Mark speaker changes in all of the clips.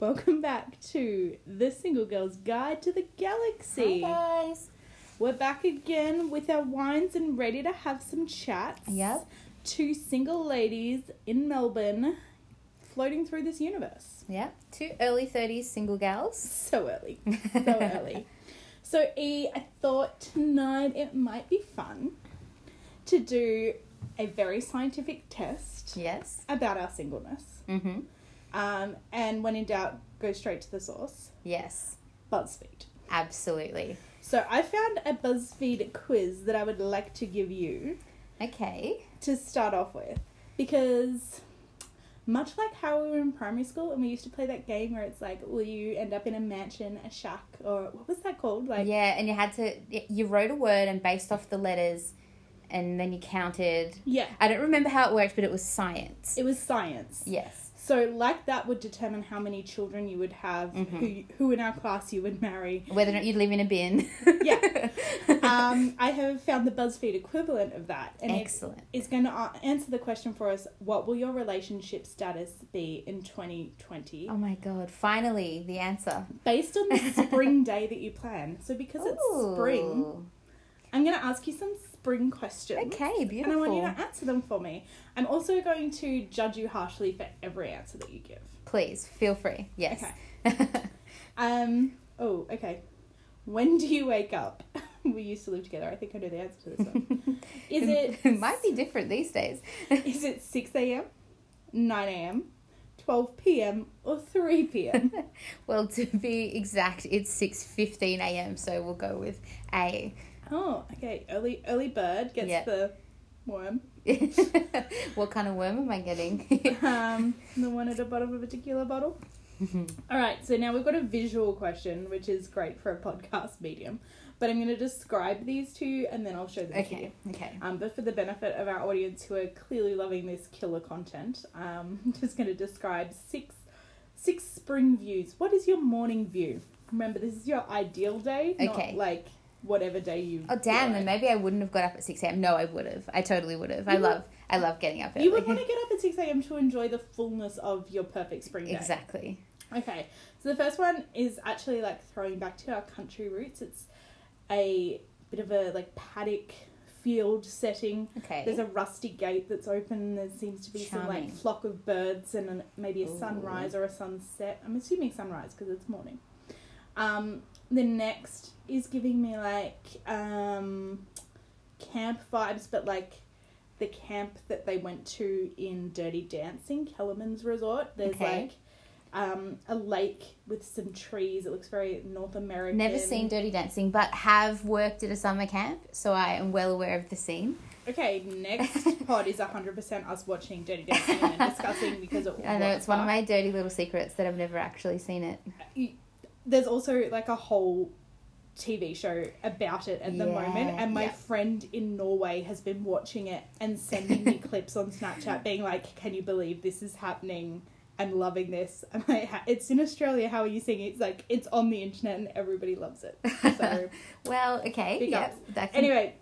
Speaker 1: Welcome back to The Single Girl's Guide to the Galaxy.
Speaker 2: Hi guys.
Speaker 1: We're back again with our wines and ready to have some chats.
Speaker 2: Yep.
Speaker 1: Two single ladies in Melbourne floating through this universe.
Speaker 2: Yeah. Two early thirties single gals.
Speaker 1: So early. So early. So, E, I thought tonight it might be fun to do a very scientific test
Speaker 2: yes.
Speaker 1: about our singleness.
Speaker 2: Mm-hmm.
Speaker 1: Um, and when in doubt, go straight to the source
Speaker 2: Yes.
Speaker 1: BuzzFeed.
Speaker 2: Absolutely.
Speaker 1: So I found a BuzzFeed quiz that I would like to give you
Speaker 2: Okay.
Speaker 1: to start off with because. Much like how we were in primary school and we used to play that game where it's like, will you end up in a mansion, a shack, or what was that called? Like,
Speaker 2: yeah, and you had to you wrote a word and based off the letters and then you counted.
Speaker 1: yeah,
Speaker 2: I don't remember how it worked, but it was science.
Speaker 1: it was science.
Speaker 2: yes.
Speaker 1: So, like that would determine how many children you would have, who, who in our class you would marry.
Speaker 2: Whether or not you'd live in a bin.
Speaker 1: Yeah. Um, I have found the BuzzFeed equivalent of that, and it's
Speaker 2: Excellent.
Speaker 1: is going to answer the question for us what will your relationship status be in 2020
Speaker 2: Oh my god, finally the answer.
Speaker 1: based on the spring day that you plan so because it's spring
Speaker 2: Ooh.
Speaker 1: i'm going to ask you some spring questions
Speaker 2: Okay,
Speaker 1: and
Speaker 2: beautiful.
Speaker 1: i want you to answer them for me i'm also going to judge you harshly for every answer that you give
Speaker 2: Please feel free. Yes.
Speaker 1: um oh okay when do you wake up we used to live together i think i know the answer to this one is it
Speaker 2: it might be different these days.
Speaker 1: Is it 6 a.m., 9 a.m., 12 p.m., or 3 p.m.?
Speaker 2: Well, to be exact, it's six fifteen a.m. So we'll go with a.
Speaker 1: oh, okay. Early early bird gets
Speaker 2: Yeah.
Speaker 1: the worm.
Speaker 2: what kind of worm am I getting?
Speaker 1: Um, the one at the bottom of a tequila bottle. All right, so now we've got a visual question, which is great for a podcast medium. But I'm going to describe these to you and then I'll show them to you.
Speaker 2: okay, okay.
Speaker 1: Um, but for the benefit of our audience who are clearly loving this killer content, um, I'm just going to describe six six spring views. What is your morning view? Remember, this is your ideal day,
Speaker 2: Okay.
Speaker 1: not like whatever day you.
Speaker 2: Oh damn!
Speaker 1: feel
Speaker 2: Then
Speaker 1: like.
Speaker 2: maybe I wouldn't have got up at six a.m. No, I would have. I totally would have. I
Speaker 1: You would-
Speaker 2: love. I love getting up early.
Speaker 1: You would want to get up at six a.m. to enjoy the fullness of your perfect spring day.
Speaker 2: exactly.
Speaker 1: Okay, so the first one is actually like throwing back to our country roots. It's a bit of a like paddock field setting.
Speaker 2: Okay.
Speaker 1: There's a rusty gate that's open. and There seems to be some
Speaker 2: Charming.
Speaker 1: like flock of birds and an, maybe a
Speaker 2: Ooh.
Speaker 1: sunrise or a sunset. I'm assuming sunrise because it's morning. Um, the next is giving me like um, camp vibes, but like the camp that they went to in Dirty Dancing, Kellerman's Resort. There's
Speaker 2: Okay.
Speaker 1: like um, a lake with some trees. It looks very North American.
Speaker 2: Never seen Dirty Dancing, but have worked at a summer camp, so I am well aware of the scene.
Speaker 1: Okay, next pod is 100% us watching Dirty Dancing and then discussing because it
Speaker 2: I know
Speaker 1: was
Speaker 2: it's one of
Speaker 1: fun.
Speaker 2: my dirty little secrets that I've never actually seen it.
Speaker 1: There's also like a whole TV show about it at the
Speaker 2: Yeah,
Speaker 1: moment, and my
Speaker 2: yeah.
Speaker 1: friend in Norway has been watching it and sending me clips on Snapchat, being like, "Can you believe this is happening?" I'm loving this. I'm like, "Ha- it's in Australia. How are you seeing it? It's like it's on the internet and everybody loves it. So
Speaker 2: Well, okay,
Speaker 1: Big
Speaker 2: yeah.
Speaker 1: ups.
Speaker 2: That can
Speaker 1: anyway,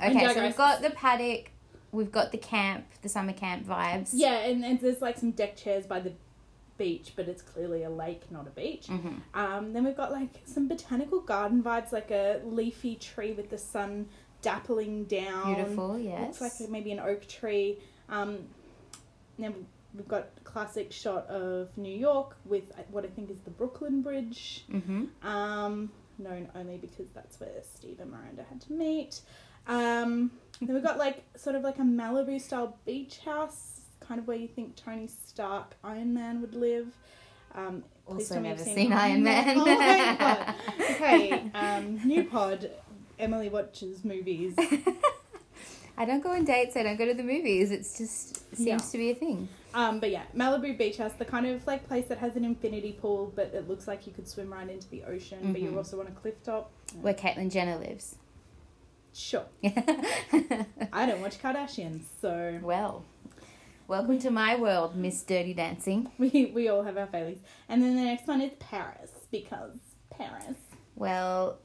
Speaker 1: And
Speaker 2: Okay, so
Speaker 1: digress.
Speaker 2: we've got the paddock, we've got the camp, the summer camp vibes.
Speaker 1: yeah, and, and there's like some deck chairs by the beach, but it's clearly a lake, not a beach.
Speaker 2: hmm
Speaker 1: Um, then we've got like some botanical garden vibes, like a leafy tree with the sun dappling down.
Speaker 2: Beautiful, yes.
Speaker 1: Um, Looks like maybe an oak tree. Um, then we've got a classic shot of New York with what I think is the Brooklyn Bridge,
Speaker 2: mm-hmm.
Speaker 1: um, known only because that's where Steve and Miranda had to meet. Um, then we've got like sort of like a Malibu style beach house, kind of where you think Tony Stark, Iron Man would live. Um, Please
Speaker 2: Also
Speaker 1: tell me
Speaker 2: never
Speaker 1: you've
Speaker 2: seen,
Speaker 1: seen
Speaker 2: Iron Man.
Speaker 1: Oh my God. okay, um, new pod. Emily watches movies.
Speaker 2: I don't go on dates, I don't go to the movies. It's just it seems
Speaker 1: Yeah.
Speaker 2: to be a thing.
Speaker 1: Um, but yeah, Malibu Beach House, the kind of like place that has an infinity pool, but it looks like you could swim right into the ocean, but you're
Speaker 2: Mhm.
Speaker 1: also on a cliff top.
Speaker 2: Where Caitlyn Jenner lives.
Speaker 1: Sure. I don't watch Kardashians, so
Speaker 2: well. Welcome to my world, Miss Dirty Dancing.
Speaker 1: we we all have our failings. And then the next one is Paris because Paris.
Speaker 2: Well,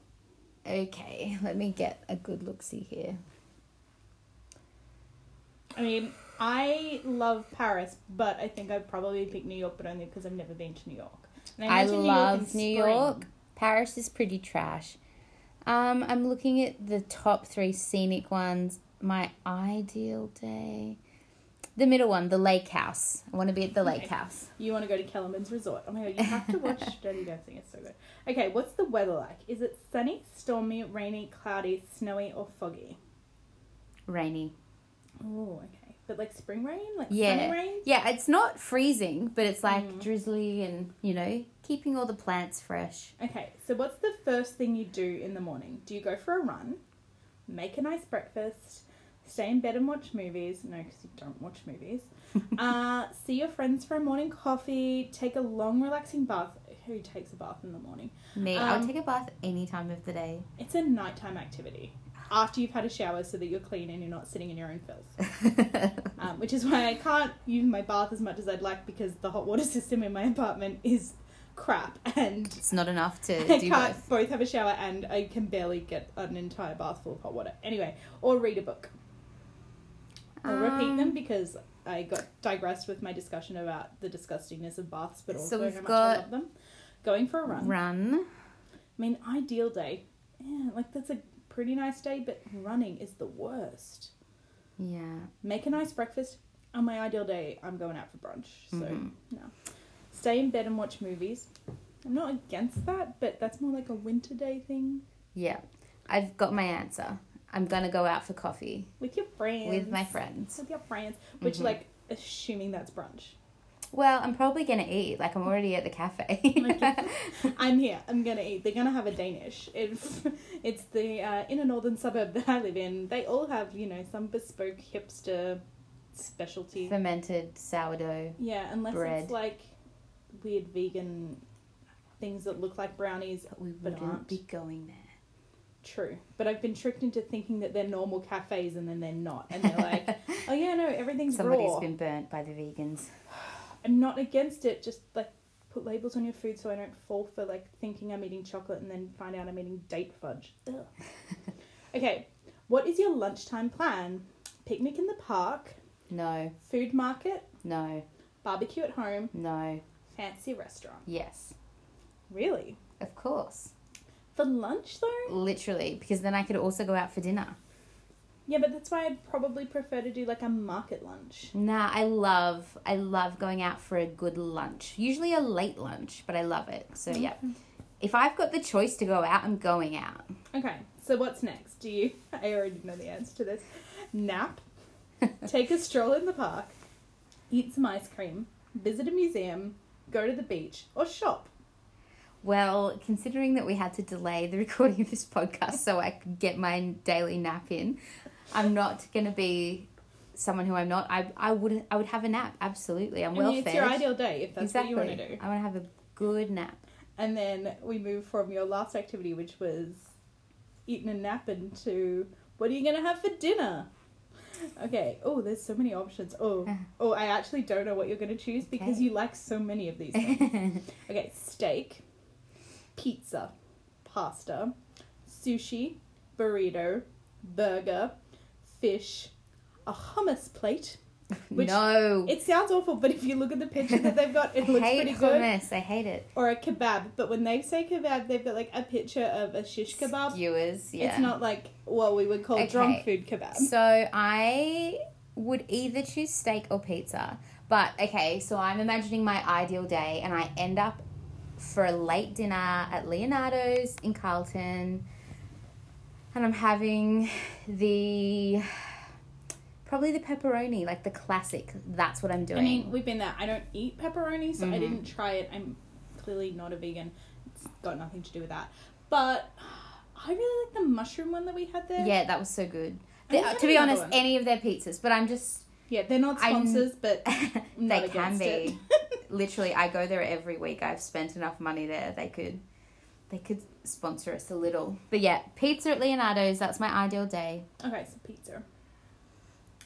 Speaker 2: okay, let me get a good look see here.
Speaker 1: I mean, I love Paris, but I think I'd probably pick New York, but only because I've never been to New York. And
Speaker 2: I
Speaker 1: imagine
Speaker 2: love
Speaker 1: in
Speaker 2: New
Speaker 1: spring.
Speaker 2: York. Paris is pretty trash. Um, I'm looking at the top three scenic ones. My ideal day. The middle one, the lake house. I want to be at the lake
Speaker 1: Okay.
Speaker 2: house.
Speaker 1: You want to go to Kellerman's Resort. Oh my god, you have to watch Dirty Dancing. It's so good. Okay, what's the weather like? Is it sunny, stormy, rainy, cloudy, snowy, or foggy?
Speaker 2: Rainy.
Speaker 1: Oh, okay. But like spring rain, like
Speaker 2: Yeah.
Speaker 1: sunny rain.
Speaker 2: Yeah, it's not freezing, but it's like
Speaker 1: Mm.
Speaker 2: drizzly and, you know, keeping all the plants fresh.
Speaker 1: Okay, so what's the first thing you do in the morning? Do you go for a run, make a nice breakfast, stay in bed and watch movies? No, because you don't watch movies. uh, see your friends for a morning coffee, take a long, relaxing bath. Who takes a bath in the morning?
Speaker 2: Me, I'll
Speaker 1: Um,
Speaker 2: take a bath any time of the day.
Speaker 1: It's a nighttime activity after you've had a shower so that you're clean and you're not sitting in your own filth. Um, which is why I can't use my bath as much as I'd like because the hot water system in my apartment is crap and
Speaker 2: it's not enough to
Speaker 1: I
Speaker 2: do
Speaker 1: can't
Speaker 2: both.
Speaker 1: both. have a shower and I can barely get an entire bath full of hot water. Anyway, or read a book. I'll repeat
Speaker 2: Um,
Speaker 1: them because I got digressed with my discussion about the disgustingness of baths, but
Speaker 2: So
Speaker 1: also
Speaker 2: we've
Speaker 1: how much I
Speaker 2: got-
Speaker 1: love them. Going for a run.
Speaker 2: Um, Run.
Speaker 1: I mean, ideal day. Yeah, like that's a pretty nice day, but running is the worst.
Speaker 2: Yeah.
Speaker 1: Make a nice breakfast. On my ideal day, I'm going out for brunch. So
Speaker 2: Mhm.
Speaker 1: no, stay in bed and watch movies. I'm not against that, but that's more like a winter day thing.
Speaker 2: Yeah, I've got my answer. I'm gonna go out for coffee
Speaker 1: With your friends.
Speaker 2: with my friends.
Speaker 1: With your friends. Which,
Speaker 2: Mhm.
Speaker 1: like, assuming that's brunch.
Speaker 2: Well, I'm probably gonna eat. Like I'm already at the cafe.
Speaker 1: Like, I'm here. I'm going to eat. They're going to have a Danish. It's, it's the uh, inner northern suburb that I live in. They all have, you know, some bespoke hipster specialty.
Speaker 2: Fermented sourdough.
Speaker 1: yeah, unless
Speaker 2: bread.
Speaker 1: it's like weird vegan things that look like brownies.
Speaker 2: But we
Speaker 1: But
Speaker 2: wouldn't
Speaker 1: aren't.
Speaker 2: be going there.
Speaker 1: True. But I've been tricked into thinking that they're normal cafes and then they're not. And they're like, oh, yeah, no, everything's
Speaker 2: Somebody's
Speaker 1: raw.
Speaker 2: been burnt by the vegans.
Speaker 1: I'm not against it. Just like put labels on your food so I don't fall for like thinking I'm eating chocolate and then find out I'm eating date fudge. Ugh. okay, what is your lunchtime plan? Picnic in the park,
Speaker 2: No,
Speaker 1: food market,
Speaker 2: no,
Speaker 1: barbecue at home,
Speaker 2: no.
Speaker 1: fancy restaurant.
Speaker 2: Yes,
Speaker 1: Really?
Speaker 2: of course.
Speaker 1: For lunch though?
Speaker 2: Literally, because then I could also go out for dinner.
Speaker 1: Yeah, but that's why I'd probably prefer to do like a market lunch.
Speaker 2: Nah, I love, I love going out for a good lunch. Usually a late lunch, but I love it. So yeah, if I've got the choice to go out, I'm going out.
Speaker 1: Okay, so what's next? Do you? I already know the answer to this. Nap, take a stroll in the park, eat some ice cream, visit a museum, go to the beach, or shop.
Speaker 2: Well, considering that we had to delay the recording of this podcast so I could get my daily nap in, I'm not going to be someone who I'm not. I I would I would have a nap absolutely. I'm
Speaker 1: I
Speaker 2: well
Speaker 1: mean, it's
Speaker 2: fed.
Speaker 1: your ideal day if that's
Speaker 2: exactly.
Speaker 1: what you want to do.
Speaker 2: I want to have a good nap.
Speaker 1: And then we move from your last activity, which was eating and napping, to what are you going to have for dinner? Okay. Oh, there's so many options. Oh, oh, I actually don't know what you're going to choose because
Speaker 2: Okay.
Speaker 1: you like so many of these things. Okay, steak, pizza, pasta, sushi, burrito, burger, fish, a hummus plate. Which-
Speaker 2: no.
Speaker 1: It sounds awful, but if you look at the picture that they've got, it
Speaker 2: I
Speaker 1: looks
Speaker 2: hate
Speaker 1: pretty good.
Speaker 2: hummus. I hate it.
Speaker 1: Or a kebab, but when they say kebab, they've got like a picture of a shish kebab.
Speaker 2: Skewers, yeah.
Speaker 1: It's not like what we would call
Speaker 2: Okay.
Speaker 1: drunk food kebab.
Speaker 2: So I would either choose steak or pizza. But okay, so I'm imagining my ideal day and I end up for a late dinner at Leonardo's in Carlton and I'm having the probably the pepperoni, like the classic. That's what I'm doing.
Speaker 1: I mean, we've been there. I don't eat pepperoni, so I
Speaker 2: Mhm.
Speaker 1: didn't try it. I'm clearly not a vegan. It's got nothing to do with that. But I really like the mushroom one that we had there.
Speaker 2: yeah, that was so good.
Speaker 1: I
Speaker 2: The-
Speaker 1: had
Speaker 2: to be
Speaker 1: another
Speaker 2: honest,
Speaker 1: one.
Speaker 2: any of their pizzas, but I'm just
Speaker 1: Yeah, they're not
Speaker 2: I'm-
Speaker 1: sponsors, but I'm not
Speaker 2: they can
Speaker 1: against
Speaker 2: be.
Speaker 1: it.
Speaker 2: literally i go there every week i've spent enough money there they could they could sponsor us a little but yeah pizza at leonardo's that's my ideal day
Speaker 1: okay, so pizza.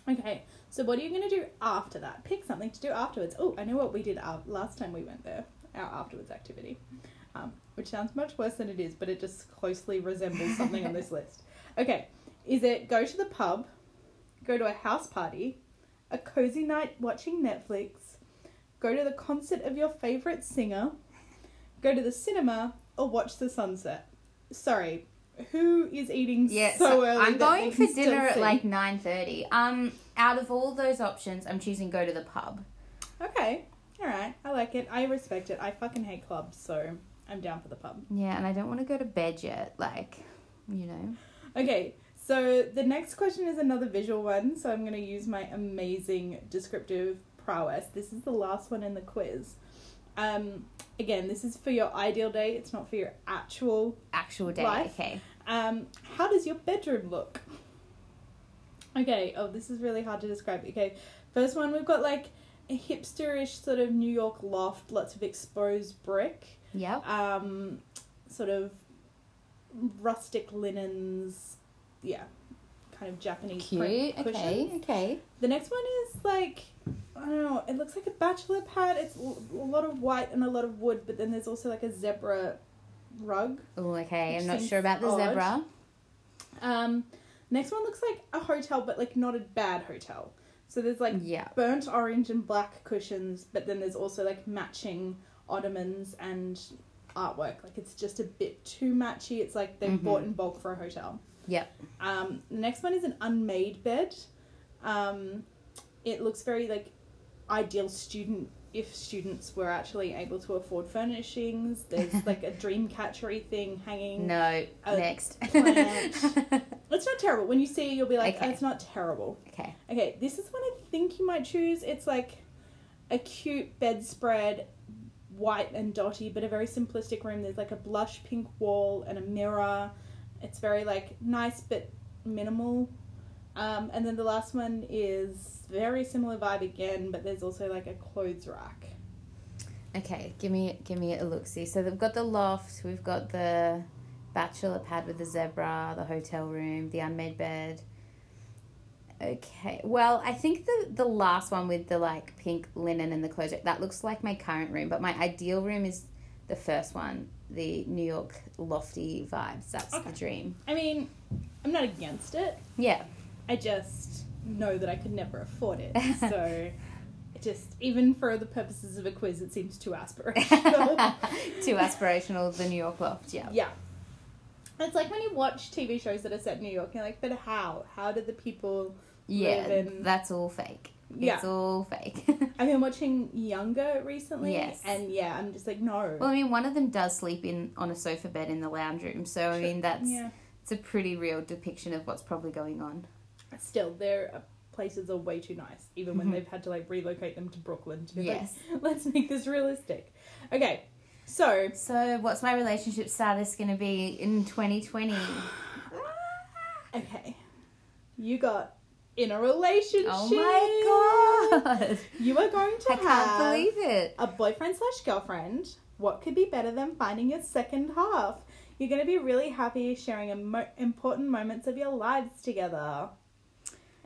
Speaker 1: Okay, so what are you going to do after that? Pick something to do afterwards. Oh, I know what we did our, last time we went there, our afterwards activity, um, which sounds much worse than it is, but it just closely resembles something on this list. Okay, is it go to the pub, go to a house party, a cozy night watching Netflix, go to the concert of your favorite singer, go to the cinema, or watch the sunset. Sorry, who is eating
Speaker 2: Yeah,
Speaker 1: so,
Speaker 2: so,
Speaker 1: early?
Speaker 2: I'm
Speaker 1: that
Speaker 2: going
Speaker 1: they
Speaker 2: for
Speaker 1: can still
Speaker 2: dinner at
Speaker 1: see?
Speaker 2: like nine thirty. Um, out of all those options, I'm choosing go to the pub.
Speaker 1: Okay, all right, I like it. I respect it. I fucking hate clubs, so I'm down for the pub.
Speaker 2: Yeah, and I don't want to go to bed yet. Like, you know.
Speaker 1: Okay, so the next question is another visual one, so I'm going to use my amazing descriptive prowess. This is the last one in the quiz. Um, again, this is for your ideal day, it's not for your actual.
Speaker 2: actual day.
Speaker 1: Life.
Speaker 2: Okay.
Speaker 1: Um, how does your bedroom look? Okay, oh, this is really hard to describe. Okay, first one, we've got like a hipsterish sort of New York loft, lots of exposed brick
Speaker 2: Yep.
Speaker 1: um, sort of rustic linens, yeah, kind of Japanese print
Speaker 2: Cute.
Speaker 1: cushions.
Speaker 2: Okay. Okay.
Speaker 1: The next one is like I don't know. It looks like a bachelor pad. It's l- a lot of white and a lot of wood, but then there's also like a zebra rug.
Speaker 2: Oh, okay.
Speaker 1: Which
Speaker 2: I'm not
Speaker 1: seems
Speaker 2: sure about the
Speaker 1: odd.
Speaker 2: zebra.
Speaker 1: Um, next one looks like a hotel, but like not a bad hotel. So there's like
Speaker 2: yeah.
Speaker 1: burnt orange and black cushions, but then there's also like matching ottomans and artwork. Like it's just a bit too matchy. It's like they
Speaker 2: Mhm.
Speaker 1: bought in bulk for a hotel.
Speaker 2: Yep.
Speaker 1: Um, the next one is an unmade bed. Um, it looks very like ideal student if students were actually able to afford furnishings. There's like a dream catchery thing hanging.
Speaker 2: No.
Speaker 1: a
Speaker 2: Next.
Speaker 1: plant. It's not terrible. When you see it, you'll be like,
Speaker 2: Okay.
Speaker 1: "Oh, it's not terrible.
Speaker 2: okay.
Speaker 1: Okay, this is one I think you might choose. It's like a cute bedspread, white and dotty, but a very simplistic room. There's like a blush pink wall and a mirror. It's very like nice but minimal. Um, and then the last one is very similar vibe again, but there's also like a clothes rack.
Speaker 2: Okay. Give me give me a look. See. So they've got the loft. We've got the bachelor pad with the zebra. The hotel room. The unmade bed. Okay. Well, I think the the last one with the like pink linen and the closure that looks like my current room, but my ideal room is the first one, the New York lofty vibes. That's
Speaker 1: Okay.
Speaker 2: the dream.
Speaker 1: I mean, I'm not against it.
Speaker 2: Yeah.
Speaker 1: I just know that I could never afford it. So it just even for the purposes of a quiz, it seems too aspirational.
Speaker 2: Too aspirational, the New York loft, yeah.
Speaker 1: Yeah. It's like when you watch TV shows that are set in New York, you're like, but how? How did the people.
Speaker 2: Yeah,
Speaker 1: Raven.
Speaker 2: that's all fake.
Speaker 1: Yeah.
Speaker 2: It's all fake.
Speaker 1: I've been watching Younger recently.
Speaker 2: Yes.
Speaker 1: And yeah, I'm just like, no.
Speaker 2: well, I mean, one of them does sleep in on a sofa bed in the lounge room, so I
Speaker 1: Sure.
Speaker 2: mean, that's
Speaker 1: yeah.
Speaker 2: it's a pretty real depiction of what's probably going on.
Speaker 1: Still, their uh, places are way too nice, even when
Speaker 2: Mhm.
Speaker 1: they've had to like relocate them to Brooklyn to be
Speaker 2: Yes.
Speaker 1: like, let's make this realistic. Okay. So.
Speaker 2: So, what's my relationship status going to be in 2020?
Speaker 1: Okay. You got in a relationship.
Speaker 2: oh my god!
Speaker 1: You are going to
Speaker 2: I
Speaker 1: have
Speaker 2: can't believe it.
Speaker 1: a boyfriend slash girlfriend, what could be better than finding your second half? You're going to be really happy sharing emo- important moments of your lives together.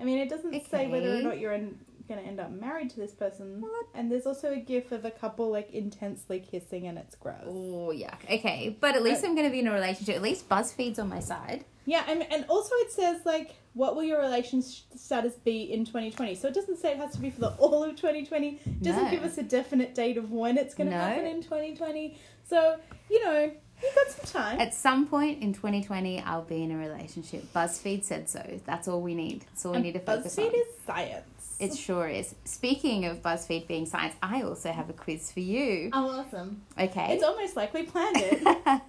Speaker 1: I mean, it doesn't say whether or
Speaker 2: Okay.
Speaker 1: not you're in, going to end up married to this person. And there's also a gif of a couple like intensely kissing, and it's gross.
Speaker 2: Oh yuck. Okay, but at least I'm going to be in a relationship. At least BuzzFeed's on my side.
Speaker 1: Yeah, and and also it says like, what will your relationship status be in 2020? So it doesn't say it has to be for the all of 2020. It doesn't
Speaker 2: No.
Speaker 1: give us a definite date of when it's going to
Speaker 2: No.
Speaker 1: happen in 2020. So you know, you got some time.
Speaker 2: At some point in 2020, I'll be in a relationship. BuzzFeed said so. That's all we need. That's all we
Speaker 1: And
Speaker 2: need to focus
Speaker 1: BuzzFeed
Speaker 2: on.
Speaker 1: is science.
Speaker 2: It sure is. Speaking of BuzzFeed being science, I also have a quiz for you.
Speaker 1: oh awesome.
Speaker 2: Okay.
Speaker 1: It's almost like we planned it.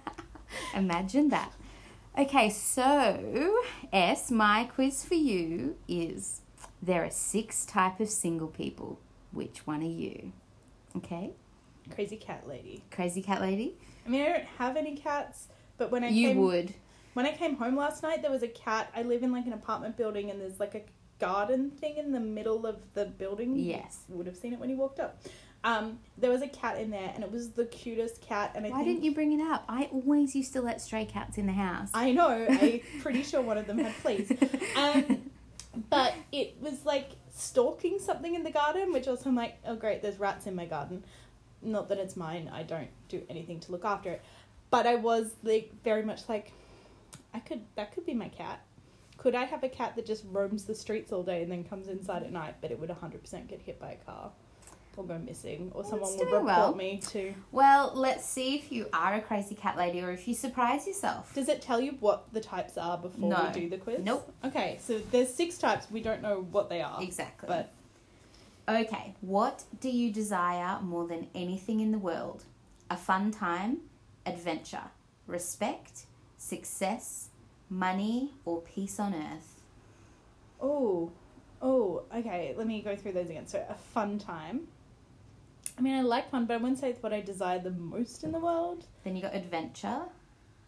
Speaker 2: Imagine that. Okay, so S, my quiz for you is there are six type of single people. Which one are you? Okay,
Speaker 1: Crazy cat lady.
Speaker 2: crazy cat lady.
Speaker 1: I mean, I don't have any cats, but when I
Speaker 2: you
Speaker 1: came
Speaker 2: would.
Speaker 1: when I came home last night, there was a cat. I live in like an apartment building, and there's like a garden thing in the middle of the building.
Speaker 2: Yes.
Speaker 1: would have seen it when he walked up. Um, there was a cat in there, and it was the cutest cat. And I
Speaker 2: Why
Speaker 1: think
Speaker 2: didn't you bring it up? I always used to let stray cats in the house.
Speaker 1: I know. I'm pretty sure one of them had fleas, um, but it was like stalking something in the garden, which also I'm like, oh great, there's rats in my garden. Not that it's mine. I don't do anything to look after it, but I was like very much like, I could that could be my cat. Could I have a cat that just roams the streets all day and then comes inside at night? But it would 100% get hit by a car. will go missing or someone
Speaker 2: it's
Speaker 1: will
Speaker 2: doing
Speaker 1: report
Speaker 2: well.
Speaker 1: me to.
Speaker 2: Well, let's see if you are a crazy cat lady or if you surprise yourself.
Speaker 1: Does it tell you what the types are before
Speaker 2: No.
Speaker 1: we do the quiz?
Speaker 2: Nope.
Speaker 1: Okay, so there's six types. We don't know what they are.
Speaker 2: Exactly.
Speaker 1: But
Speaker 2: Okay, what do you desire more than anything in the world? A fun time, adventure, respect, success, money, or peace on earth?
Speaker 1: oh, oh, okay. Let me go through those again. So a fun time. I mean, I like fun, but I wouldn't say it's what I desire the most in the world.
Speaker 2: Then you got adventure.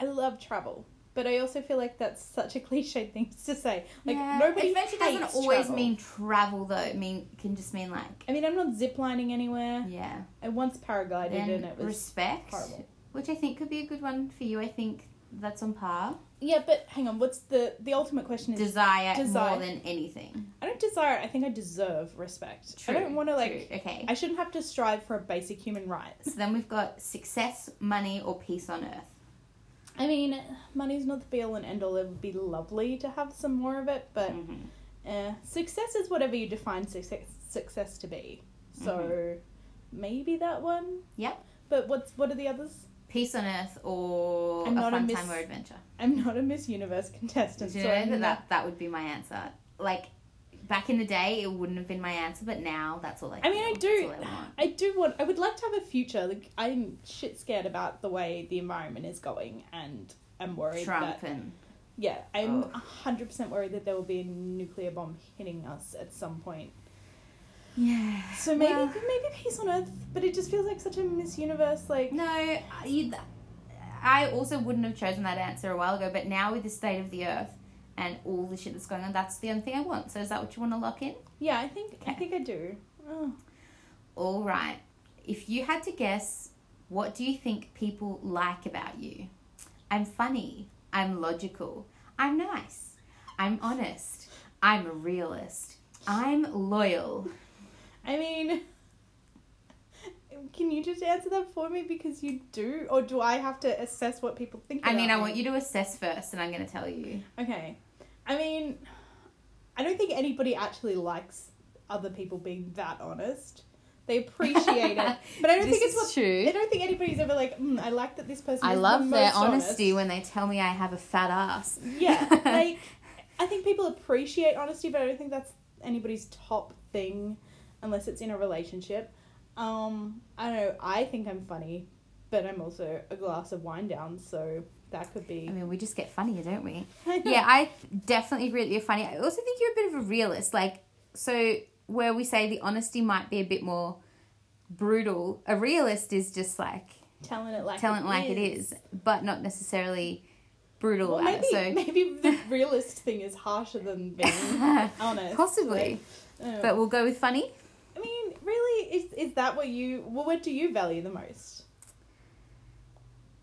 Speaker 1: I love travel, but I also feel like that's such a cliche thing to say. Like
Speaker 2: Yeah,
Speaker 1: nobody
Speaker 2: adventure
Speaker 1: hates
Speaker 2: doesn't always
Speaker 1: travel.
Speaker 2: mean travel though. It mean can just mean like
Speaker 1: I mean, I'm not ziplining anywhere.
Speaker 2: yeah.
Speaker 1: I once paraglided
Speaker 2: Then
Speaker 1: and it was
Speaker 2: respect,
Speaker 1: horrible.
Speaker 2: which I think could be a good one for you. I think that's on par.
Speaker 1: Yeah, but hang on. What's the the ultimate question? Is
Speaker 2: Desire,
Speaker 1: Desire.
Speaker 2: more than anything.
Speaker 1: I don't desire. it, I think I deserve respect. I don't want to like.
Speaker 2: true. okay.
Speaker 1: I shouldn't have to strive for a basic human right.
Speaker 2: so then we've got success, money, or peace on earth.
Speaker 1: I mean, money's not the be all and end all. It would be lovely to have some more of it, but
Speaker 2: Mhm.
Speaker 1: eh, success is whatever you define success success to be. So maybe that one.
Speaker 2: Mm-hmm. Yep.
Speaker 1: But what's what are the others?
Speaker 2: Peace on Earth or
Speaker 1: I'm
Speaker 2: a
Speaker 1: not a
Speaker 2: fun
Speaker 1: miss-
Speaker 2: time or adventure.
Speaker 1: I'm not a Miss Universe contestant,
Speaker 2: Did you
Speaker 1: so
Speaker 2: know
Speaker 1: I'm
Speaker 2: that,
Speaker 1: not-
Speaker 2: that that would be my answer? Like back in the day, it wouldn't have been my answer, but now that's all I.
Speaker 1: I mean, I
Speaker 2: feel.
Speaker 1: do.
Speaker 2: That's all I want.
Speaker 1: I do want. I would like to have a future. Like I'm shit scared about the way the environment is going, and I'm worried
Speaker 2: Trump
Speaker 1: that
Speaker 2: and
Speaker 1: yeah, I'm
Speaker 2: Ugh.
Speaker 1: hundred percent worried that there will be a nuclear bomb hitting us at some point.
Speaker 2: yeah.
Speaker 1: So maybe
Speaker 2: Well-
Speaker 1: maybe peace on earth, but it just feels like such a Miss Universe like.
Speaker 2: No, you. I also wouldn't have chosen that answer a while ago, but now with the state of the Earth and all the shit that's going on, that's the only thing I want. So is that what you want to lock in?
Speaker 1: Yeah, I think I
Speaker 2: Okay.
Speaker 1: think I do. Oh.
Speaker 2: All right. If you had to guess, what do you think people like about you? I'm funny. I'm logical. I'm nice. I'm honest. I'm a realist. I'm loyal.
Speaker 1: I mean, can you just answer that for me because you do, or do I have to assess what people think?
Speaker 2: I mean,
Speaker 1: about
Speaker 2: I want
Speaker 1: me?
Speaker 2: you to assess first and I'm going to tell you.
Speaker 1: Okay. I mean, I don't think anybody actually likes other people being that honest. They appreciate it, but I don't think it's what.
Speaker 2: true.
Speaker 1: I don't think anybody's ever like. Mm, I like that this person.
Speaker 2: I
Speaker 1: is the
Speaker 2: love their
Speaker 1: most
Speaker 2: honesty
Speaker 1: honest."
Speaker 2: when they tell me I have a fat ass.
Speaker 1: Yeah, like I think people appreciate honesty, but I don't think that's anybody's top thing, unless it's in a relationship. Um, I don't know. I think I'm funny, but I'm also a glass of wine down, so that could
Speaker 2: I
Speaker 1: be.
Speaker 2: mean, we just get funnier, don't we? yeah, I definitely agree that you're funny. I also think you're a bit of a realist. Like, so where we say the honesty might be a bit more brutal, a realist is just like
Speaker 1: telling it like
Speaker 2: telling it like it is, but not necessarily brutal
Speaker 1: Well,
Speaker 2: at
Speaker 1: maybe,
Speaker 2: it.
Speaker 1: maybe the realist thing is harsher than being
Speaker 2: So
Speaker 1: honest.
Speaker 2: possibly,
Speaker 1: Um,
Speaker 2: but we'll go with funny.
Speaker 1: I mean, really, is is that what you? Well, what do you value the most?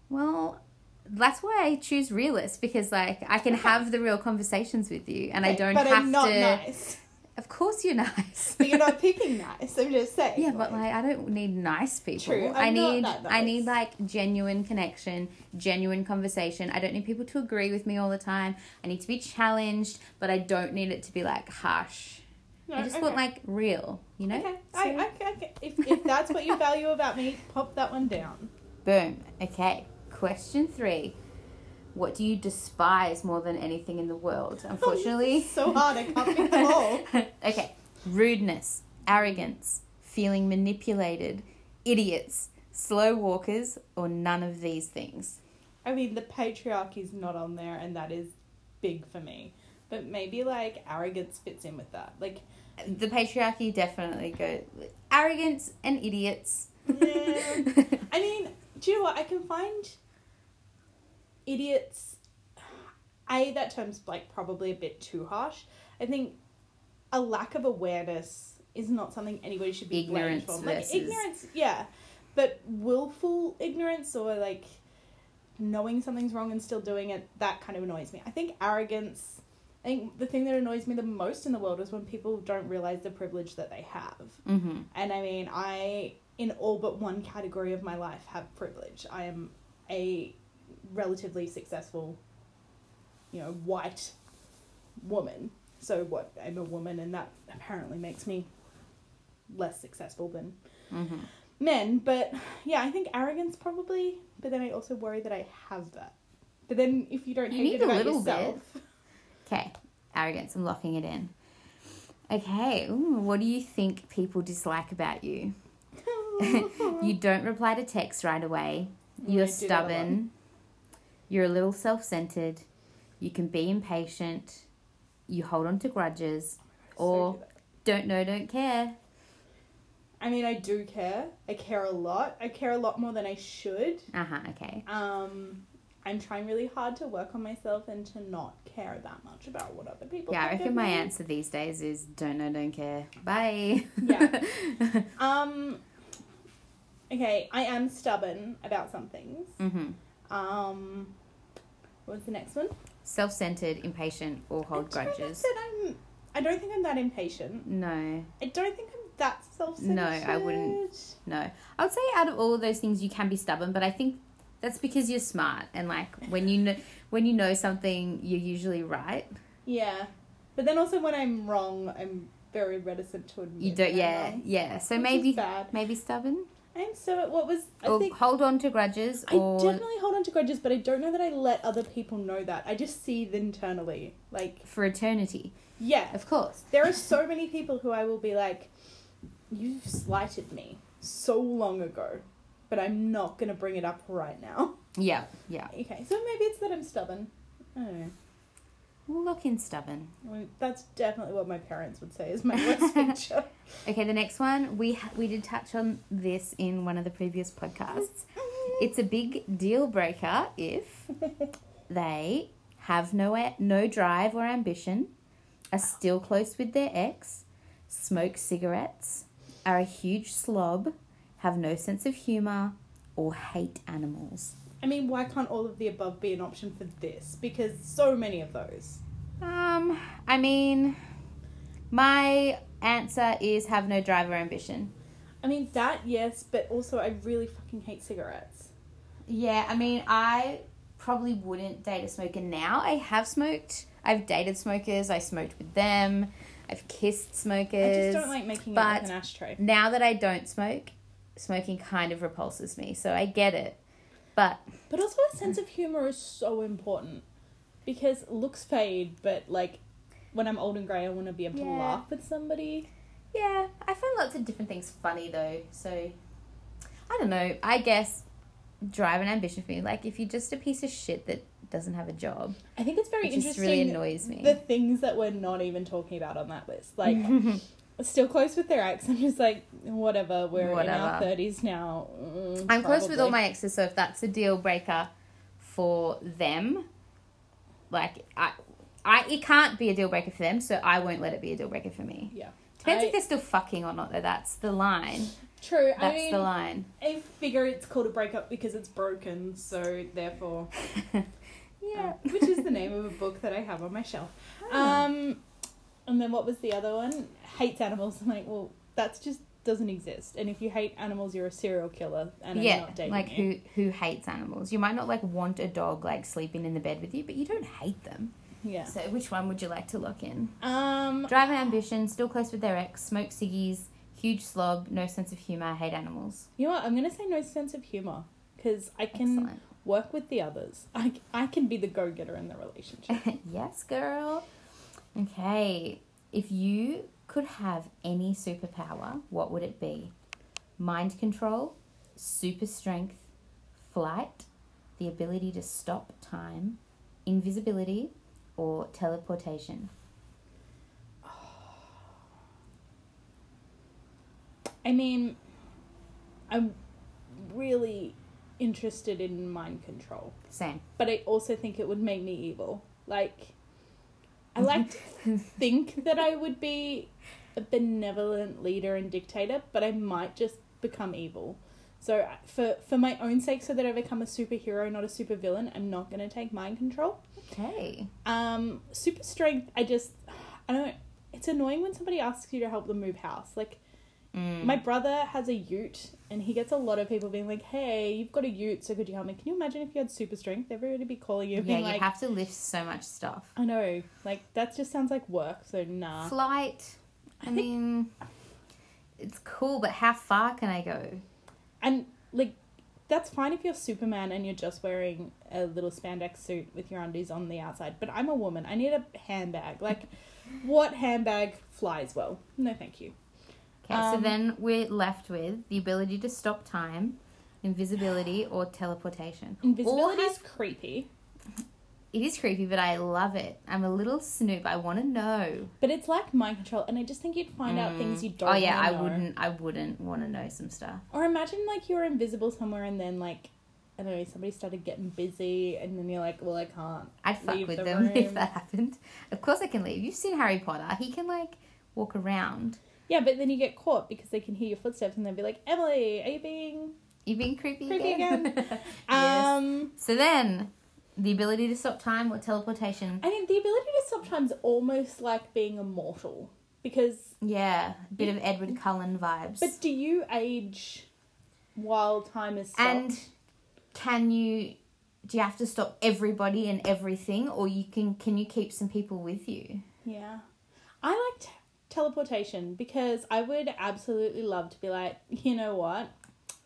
Speaker 2: Well, that's why I choose realist because like I can have the real conversations with you, and I
Speaker 1: Okay,
Speaker 2: don't
Speaker 1: but
Speaker 2: have
Speaker 1: I'm not
Speaker 2: to.
Speaker 1: nice.
Speaker 2: Of course, you're nice.
Speaker 1: But you're not picking nice. I'm just saying.
Speaker 2: Yeah, but like I don't need nice people.
Speaker 1: True,
Speaker 2: I
Speaker 1: I'm not
Speaker 2: need
Speaker 1: that
Speaker 2: I need
Speaker 1: nice.
Speaker 2: like genuine connection, genuine conversation. I don't need people to agree with me all the time. I need to be challenged, but I don't need it to be like harsh.
Speaker 1: No,
Speaker 2: I just
Speaker 1: okay.
Speaker 2: want like real, you know?
Speaker 1: Okay, I, I, I- if, if that's what you value about me, pop that one down.
Speaker 2: Boom. Okay. Question 3. What do you despise more than anything in the world? Unfortunately,
Speaker 1: so hard, I can't pick them all.
Speaker 2: okay. Rudeness, arrogance, feeling manipulated, idiots, slow walkers, or none of these things.
Speaker 1: I mean, the patriarchy's not on there, and that is big for me. But maybe like arrogance fits in with that. Like,
Speaker 2: The patriarchy definitely go arrogance and idiots.
Speaker 1: Yeah. I mean, do you know what? I can find idiots. A, that term's like probably a bit too harsh. I think a lack of awareness is not something anybody should be blamed
Speaker 2: Ignorance
Speaker 1: for.
Speaker 2: versus-
Speaker 1: Like, ignorance, yeah. But willful ignorance or like knowing something's wrong and still doing it, that kind of annoys me. I think arrogance. I think the thing that annoys me the most in the world is when people don't realize the privilege that they have.
Speaker 2: Mhm.
Speaker 1: And I mean, I, in all but one category of my life, have privilege. I am a relatively successful, you know, white woman. So, what? I'm a woman, and that apparently makes me less successful than
Speaker 2: Mm-hmm.
Speaker 1: men. But yeah, I think arrogance probably. But then I also worry that I have that. But then if you don't
Speaker 2: You
Speaker 1: hate
Speaker 2: need
Speaker 1: it
Speaker 2: a
Speaker 1: about
Speaker 2: little
Speaker 1: yourself,
Speaker 2: Okay, arrogance. I'm locking it in. Okay, Ooh, what do you think people dislike about you? You don't reply to texts right away.
Speaker 1: Yeah,
Speaker 2: You're
Speaker 1: I do that a lot.
Speaker 2: stubborn. You're a little self centered. You can be impatient. You hold on to grudges.
Speaker 1: So
Speaker 2: or-
Speaker 1: do that.
Speaker 2: Don't know, don't care.
Speaker 1: I mean, I do care. I care a lot. I care a lot more than I should.
Speaker 2: Uh huh, okay.
Speaker 1: Um, I'm trying really hard to work on myself and to not care that much about what other people.
Speaker 2: Yeah, I
Speaker 1: think
Speaker 2: reckon
Speaker 1: of
Speaker 2: my
Speaker 1: me.
Speaker 2: answer these days is don't know, don't care. Bye.
Speaker 1: Yeah. Um. Okay, I am stubborn about some things.
Speaker 2: hmm
Speaker 1: Um. What's the next one?
Speaker 2: Self centered, impatient, or hold
Speaker 1: I don't think
Speaker 2: grudges.
Speaker 1: that I'm. I don't think I'm that impatient.
Speaker 2: No,
Speaker 1: I don't think I'm that self-centered.
Speaker 2: No, I wouldn't. no. I would say out of all of those things, you can be stubborn, but I think that's because you're smart and like when you know when you know something, you're usually right.
Speaker 1: Yeah, but then also when I'm wrong, I'm very reticent to admit.
Speaker 2: You
Speaker 1: that
Speaker 2: don't.
Speaker 1: I'm
Speaker 2: Yeah,
Speaker 1: wrong,
Speaker 2: yeah. So
Speaker 1: which is
Speaker 2: maybe
Speaker 1: bad.
Speaker 2: maybe stubborn
Speaker 1: I'm so. What was? I
Speaker 2: or
Speaker 1: think
Speaker 2: hold on to grudges
Speaker 1: I
Speaker 2: or
Speaker 1: definitely hold on to grudges, but I don't know that I let other people know that. I just see it internally. Like,
Speaker 2: for eternity.
Speaker 1: yeah,
Speaker 2: Of course.
Speaker 1: there are so many people who I will be like, you've slighted me so long ago, but I'm not gonna bring it up right now.
Speaker 2: Yeah, yeah.
Speaker 1: Okay, so maybe it's that I'm stubborn. I don't know.
Speaker 2: We'll lock in stubborn.
Speaker 1: I mean, that's definitely what my parents would say is my worst feature.
Speaker 2: Okay, the next one we ha- we did touch on this in one of the previous podcasts. It's a big deal breaker if they have no a- no drive or ambition, are still close with their ex, smoke cigarettes, are a huge slob, have no sense of humor, or hate animals.
Speaker 1: I mean, why can't all of the above be an option for this? Because so many of those.
Speaker 2: Um, I mean, my answer is have no drive or ambition.
Speaker 1: I mean, that, yes, but also I really fucking hate cigarettes.
Speaker 2: Yeah, I mean, I probably wouldn't date a smoker now. I have smoked. I've dated smokers. I smoked with them. I've kissed
Speaker 1: I
Speaker 2: smokers.
Speaker 1: just don't like making it
Speaker 2: but-
Speaker 1: with an ashtray.
Speaker 2: now that I don't smoke, smoking kind of repulses me. So I get it. But
Speaker 1: But also, a sense of humor is so important because looks fade, but like when I'm old and grey, I want to be able to
Speaker 2: Yeah.
Speaker 1: laugh with somebody.
Speaker 2: yeah, I find lots of different things funny though. So I don't know. I guess drive and ambition for me. Like if you're just a piece of shit that doesn't have a job,
Speaker 1: I think it's very
Speaker 2: it just
Speaker 1: interesting.
Speaker 2: really annoys me.
Speaker 1: the things that we're not even talking about on that list, like still close with their ex. I'm just like whatever. We're in our
Speaker 2: Whatever.
Speaker 1: thirties now. Mm,
Speaker 2: I'm close with all
Speaker 1: probably.
Speaker 2: my exes, so if that's a deal breaker for them, like I, I it can't be a deal breaker for them, so I won't let it be a deal breaker for me.
Speaker 1: Yeah.
Speaker 2: Depends
Speaker 1: I-
Speaker 2: if they're still fucking or not, though. That's the line.
Speaker 1: True. I
Speaker 2: That's
Speaker 1: mean,
Speaker 2: the line.
Speaker 1: I figure it's called a breakup because it's broken. So therefore,
Speaker 2: yeah.
Speaker 1: Uh, which is the name of a book that I have on my shelf.
Speaker 2: Ah.
Speaker 1: Um, and then what was the other one? Hates animals. I'm like, well, that's just doesn't exist. And if you hate animals, you're a serial killer, and I'm
Speaker 2: yeah,
Speaker 1: not dating
Speaker 2: like
Speaker 1: you.
Speaker 2: who who hates animals? You might not like want a dog like sleeping in the bed with you, but you don't hate them.
Speaker 1: Yeah.
Speaker 2: So which one would you like to lock in?
Speaker 1: Um,
Speaker 2: Drive and ambition, still close with their ex, smoke ciggies, huge slob, no sense of humor, hate animals.
Speaker 1: you know what? I'm gonna say no sense of humor because I can
Speaker 2: Excellent.
Speaker 1: work with the others. I I can be the go getter in the relationship.
Speaker 2: yes, girl. Okay. If you could have any superpower, what would it be? Mind control, super strength, flight, the ability to stop time, invisibility, or teleportation.
Speaker 1: I mean, I'm really interested in mind control.
Speaker 2: Same.
Speaker 1: but I also think it would make me evil. Like,
Speaker 2: Mhm.
Speaker 1: I like to think that I would be a benevolent leader and dictator, but I might just become evil. So I- for for my own sake, so that I become a superhero, not a supervillain, I'm not gonna take mind control.
Speaker 2: Okay.
Speaker 1: Um, super strength, I just, I don't. It's annoying when somebody asks you to help them move house. Like
Speaker 2: Mm.
Speaker 1: my brother has a Ute, and he gets a lot of people being like, "Hey, you've got a Ute, so could you help me?" Can you imagine if you had super strength? Everybody would be calling you,
Speaker 2: yeah,
Speaker 1: being
Speaker 2: you
Speaker 1: like,
Speaker 2: have to lift so much stuff.
Speaker 1: I know. Uh-huh. Like that just sounds like work, so nah.
Speaker 2: Flight. I mean, it's cool, but how far can I go?
Speaker 1: And like that's fine if you're Superman and you're just wearing a little spandex suit with your undies on the outside, but I'm a woman. I need a handbag. Like what handbag flies well? No, thank you.
Speaker 2: Okay, so
Speaker 1: Um,
Speaker 2: then we're left with the ability to stop time, invisibility, or teleportation. All
Speaker 1: Invisibility
Speaker 2: have-
Speaker 1: is creepy,
Speaker 2: It is creepy, but I love it. I'm a little snoop. I want to know.
Speaker 1: but it's like mind control, and I just think you'd find out things you don't.
Speaker 2: oh yeah,
Speaker 1: wanna
Speaker 2: I
Speaker 1: know.
Speaker 2: wouldn't. I wouldn't want to know some stuff.
Speaker 1: Or imagine like you were invisible somewhere, and then like I don't know, somebody started getting busy, and then you're like, well, I can't.
Speaker 2: I'd fuck
Speaker 1: Leave
Speaker 2: with
Speaker 1: the
Speaker 2: them if
Speaker 1: room.
Speaker 2: that happened. Of course, I can leave. You've seen Harry Potter. He can like walk around.
Speaker 1: Yeah, but then you get caught because they can hear your footsteps, and they'll be like, Emily, are you being?
Speaker 2: You've been creepy,
Speaker 1: Creepy
Speaker 2: again. Yes.
Speaker 1: Um,
Speaker 2: So then, the ability to stop time or teleportation.
Speaker 1: I mean, the ability to sometimes almost like being immortal because.
Speaker 2: Yeah, a bit of Edward Cullen vibes.
Speaker 1: But do you age while time is stopped?
Speaker 2: and can you? Do you have to stop everybody and everything, or you can? Can you keep some people with you?
Speaker 1: Yeah. I liked teleportation because I would absolutely love to be like, you know what?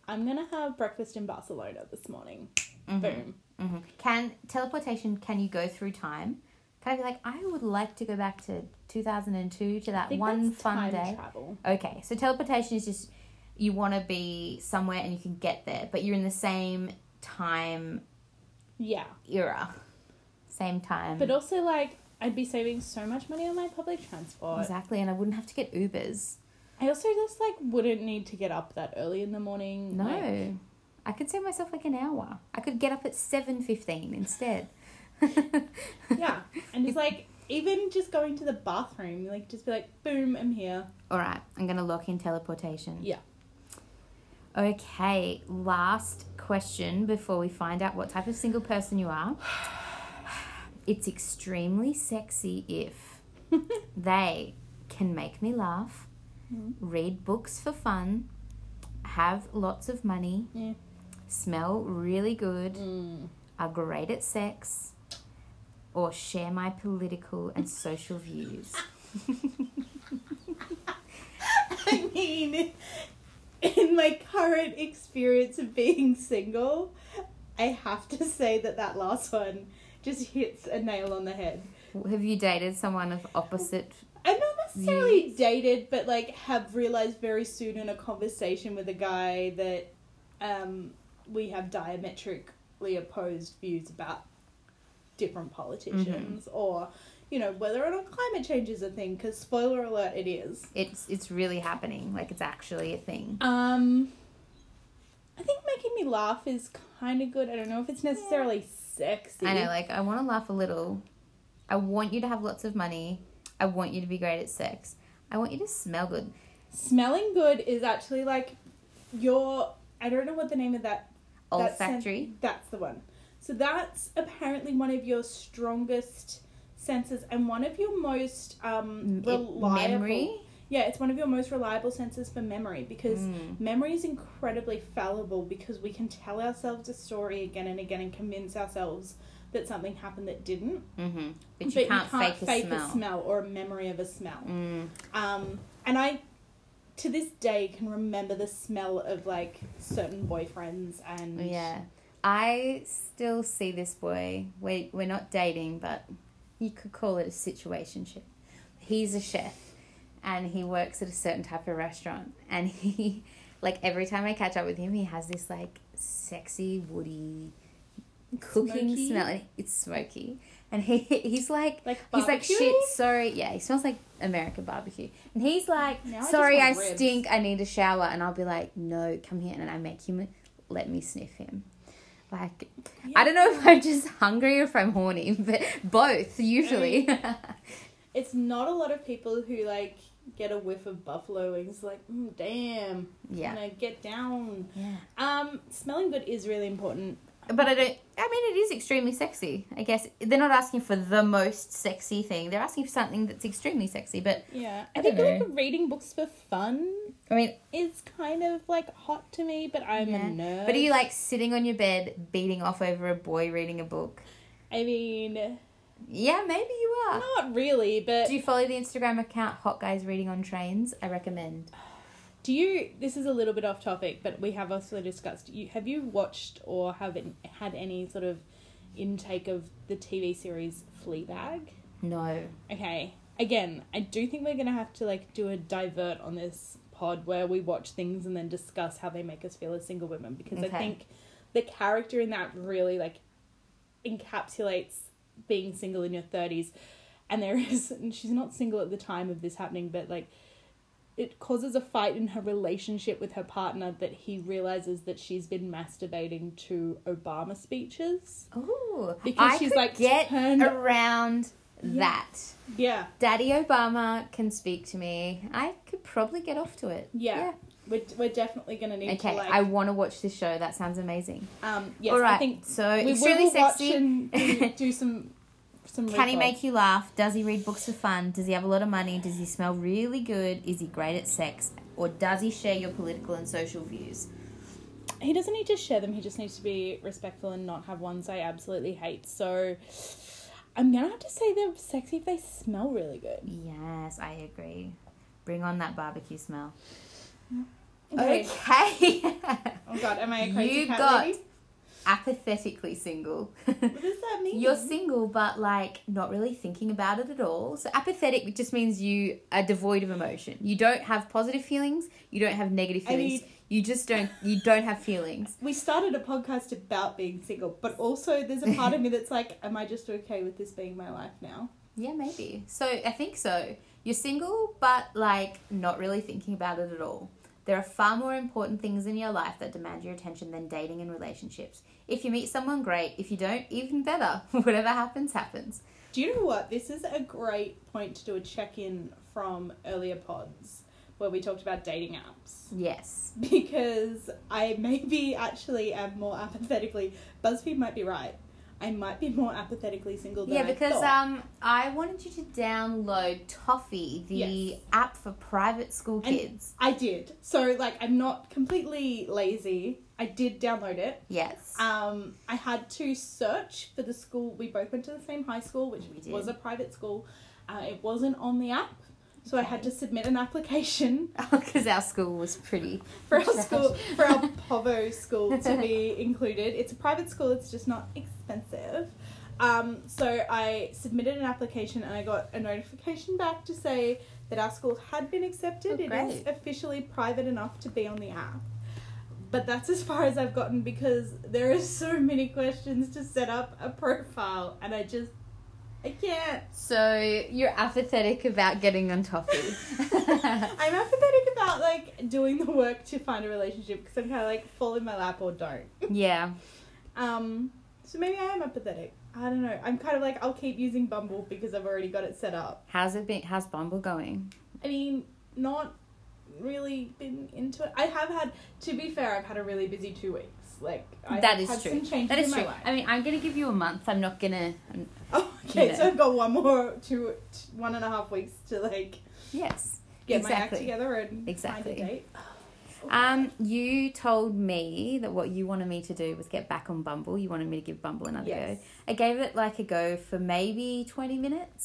Speaker 1: I'm going to have breakfast in Barcelona this morning. Boom.
Speaker 2: hmm Can teleportation? Can you go through time? Can I be like, I would like to go back to two thousand and two to
Speaker 1: I
Speaker 2: that
Speaker 1: think
Speaker 2: one
Speaker 1: that's
Speaker 2: fun
Speaker 1: time
Speaker 2: day?
Speaker 1: travel.
Speaker 2: Okay, so teleportation is just you want to be somewhere and you can get there, but you're in the same time
Speaker 1: Yeah.
Speaker 2: era, same time.
Speaker 1: But also, like, I'd be saving so much money on my public transport.
Speaker 2: exactly, and I wouldn't have to get Ubers.
Speaker 1: I also just, like, wouldn't need to get up that early in the morning.
Speaker 2: No,
Speaker 1: like-
Speaker 2: I could save myself like an hour. I could get up at seven fifteen instead.
Speaker 1: yeah. And it's like, even just going to the bathroom, like, just be like, boom, I'm here.
Speaker 2: All right, I'm gonna lock in teleportation.
Speaker 1: Yeah.
Speaker 2: Okay, last question before we find out what type of single person you are. It's extremely sexy if they can make me laugh,
Speaker 1: Mm.
Speaker 2: read books for fun, have lots of money,
Speaker 1: Yeah.
Speaker 2: smell really good,
Speaker 1: Mm.
Speaker 2: are great at sex, or share my political and social views.
Speaker 1: I mean, in my current experience of being single, I have to say that that last one just hits a nail on the head.
Speaker 2: Have you dated someone of opposite?
Speaker 1: I'm not necessarily dated, but like have realized very soon in a conversation with a guy that um, we have diametrically opposed views about different politicians
Speaker 2: Mm-hmm.
Speaker 1: or, you know, whether or not climate change is a thing, because spoiler alert, it is.
Speaker 2: It's it's really happening. Like it's actually a thing.
Speaker 1: Um, I think making me laugh is kind of good. I don't know if it's necessarily sexy.
Speaker 2: I know, like, I want to laugh a little. I want you to have lots of money. I want you to be great at sex. I want you to smell good.
Speaker 1: Smelling good is actually like your. I don't know what the name of that. that sen-
Speaker 2: Olfactory.
Speaker 1: that's the one. So that's apparently one of your strongest senses and one of your most um,
Speaker 2: Mm, it-
Speaker 1: reliable.
Speaker 2: memory.
Speaker 1: Yeah, it's one of your most reliable senses for memory because
Speaker 2: Mm.
Speaker 1: memory is incredibly fallible because we can tell ourselves a story again and again and convince ourselves that something happened that didn't.
Speaker 2: Mm-hmm. But you can't, fake, a smell.
Speaker 1: or a memory of a smell.
Speaker 2: Mm.
Speaker 1: Um, and I, to this day, can remember the smell of like certain boyfriends and
Speaker 2: Yeah. I still see this boy. We, we're not dating, but you could call it a situationship. He's a chef and he works at a certain type of restaurant. And he, like, every time I catch up with him, he has this, like, sexy, woody cooking
Speaker 1: Smoky?
Speaker 2: smell. And it's smoky. And he, he's like,
Speaker 1: like
Speaker 2: He's like,
Speaker 1: barbecue.
Speaker 2: shit, sorry. Yeah, he smells like American barbecue. And he's like,
Speaker 1: Now I just
Speaker 2: sorry, I
Speaker 1: want ribs.
Speaker 2: stink. I need a shower. And I'll be like, no, come here. And I make him, let me sniff him. Like, I don't know if I'm just hungry or if I'm horny, but both, usually.
Speaker 1: It's not a lot of people who like get a whiff of buffalo wings like mm, damn
Speaker 2: yeah.
Speaker 1: gonna get down
Speaker 2: Yeah.
Speaker 1: um smelling good is really important
Speaker 2: But I don't, I mean, it is extremely sexy. I guess they're not asking for the most sexy thing. They're asking for something that's extremely sexy. But
Speaker 1: yeah i,
Speaker 2: I
Speaker 1: think
Speaker 2: don't
Speaker 1: like reading books for fun
Speaker 2: I mean,
Speaker 1: is kind of like hot to me but i'm a
Speaker 2: Yeah.
Speaker 1: nerd
Speaker 2: but are you like sitting on your bed beating off over a boy reading a book?
Speaker 1: i mean
Speaker 2: Yeah, maybe you are.
Speaker 1: Not really, but
Speaker 2: Do you follow the Instagram account Hot Guys Reading on Trains? I recommend.
Speaker 1: Do you? This is a little bit off topic, but we have also discussed. You have you watched or have it, had any sort of intake of the TV series Fleabag?
Speaker 2: No.
Speaker 1: Okay. Again, I do think we're gonna have to like do a divert on this pod where we watch things and then discuss how they make us feel as single women because I
Speaker 2: Okay.
Speaker 1: think the character in that really like encapsulates being single in your thirties. And there is and she's not single at the time of this happening, but like it causes a fight in her relationship with her partner that he realizes that she's been masturbating to Obama speeches.
Speaker 2: Ooh.
Speaker 1: Because
Speaker 2: I
Speaker 1: she's,
Speaker 2: could
Speaker 1: like,
Speaker 2: get
Speaker 1: turned-
Speaker 2: around
Speaker 1: Yeah.
Speaker 2: that.
Speaker 1: Yeah.
Speaker 2: Daddy Obama can speak to me. I could probably get off to it.
Speaker 1: Yeah. We're, we're definitely gonna need to
Speaker 2: Okay,
Speaker 1: like
Speaker 2: I want to watch this show. That sounds amazing.
Speaker 1: um yes,
Speaker 2: All right.
Speaker 1: I think
Speaker 2: so
Speaker 1: we
Speaker 2: extremely
Speaker 1: will watch
Speaker 2: sexy.
Speaker 1: and do, do some some
Speaker 2: Can he
Speaker 1: recalls.
Speaker 2: make you laugh? Does he read books for fun? Does he have a lot of money? Does he smell really good? Is he great at sex? Or does he share your political and social views?
Speaker 1: he doesn't need to share them he just needs to be respectful and not have ones i absolutely hate so i'm gonna have to say they're sexy if they smell really good
Speaker 2: Yes, I agree. Bring on that barbecue smell.
Speaker 1: okay
Speaker 2: Okay.
Speaker 1: oh god am i a crazy
Speaker 2: you
Speaker 1: cat
Speaker 2: got
Speaker 1: lady?
Speaker 2: apathetically single.
Speaker 1: what does that mean
Speaker 2: You're single, but like not really thinking about it at all. So apathetic just means you are devoid of emotion. You don't have positive feelings. You don't have negative
Speaker 1: I
Speaker 2: feelings. you just don't. You don't have feelings.
Speaker 1: we started a podcast about being single but also there's a part of me that's like am i just okay with this being my life now
Speaker 2: Yeah, maybe. So I think so. You're single, but like not really thinking about it at all. There are far more important things in your life that demand your attention than dating and relationships. If you meet someone, great. If you don't, even better. Whatever happens, happens.
Speaker 1: Do you know what? This is a great point to do a check in from earlier pods where we talked about dating apps.
Speaker 2: Yes.
Speaker 1: Because I maybe actually am more apathetically, BuzzFeed might be right. I might be more apathetically single than
Speaker 2: Yeah,
Speaker 1: I
Speaker 2: because
Speaker 1: thought.
Speaker 2: um, I wanted you to download Toffee, the
Speaker 1: Yes.
Speaker 2: app for private school
Speaker 1: And-
Speaker 2: kids.
Speaker 1: I did. So, like, I'm not completely lazy. I did download it.
Speaker 2: yes.
Speaker 1: Um, I had to search for the school. We both went to the same high school, which
Speaker 2: We did.
Speaker 1: was a private school. Uh, it wasn't on the app. So, I had to submit an application
Speaker 2: Because our school was pretty.
Speaker 1: for our school for our povo school to be included it's a private school it's just not expensive um, so i submitted an application and i got a notification back to say that our school had been accepted
Speaker 2: Oh,
Speaker 1: it is
Speaker 2: great.
Speaker 1: officially private enough to be on the app but that's as far as i've gotten because there are so many questions to set up a profile and i just i can't
Speaker 2: So you're apathetic about getting on Toffee.
Speaker 1: I'm apathetic about like doing the work to find a relationship because I'm kind of like fall in my lap or don't.
Speaker 2: yeah.
Speaker 1: Um, so maybe I am apathetic. I don't know. I'm kind of like I'll keep using Bumble because I've already got it set up.
Speaker 2: How's it been? How's Bumble going?
Speaker 1: I mean, not really been into it. I have had, to be fair, I've had a really busy two weeks. Like I
Speaker 2: that
Speaker 1: have
Speaker 2: is
Speaker 1: had
Speaker 2: true.
Speaker 1: Some changes
Speaker 2: That is
Speaker 1: in
Speaker 2: true.
Speaker 1: my life.
Speaker 2: I mean, I'm gonna give you a month. I'm not gonna. I'm,
Speaker 1: Oh, okay.
Speaker 2: Yeah.
Speaker 1: So I've got one more two, t- one and a half weeks to like
Speaker 2: yes.
Speaker 1: get my act
Speaker 2: Exactly.
Speaker 1: together and
Speaker 2: Exactly.
Speaker 1: find a date. Oh,
Speaker 2: Um, you told me that what you wanted me to do was get back on Bumble. You wanted me to give Bumble another
Speaker 1: Yes.
Speaker 2: go. I gave it like a go for maybe twenty minutes.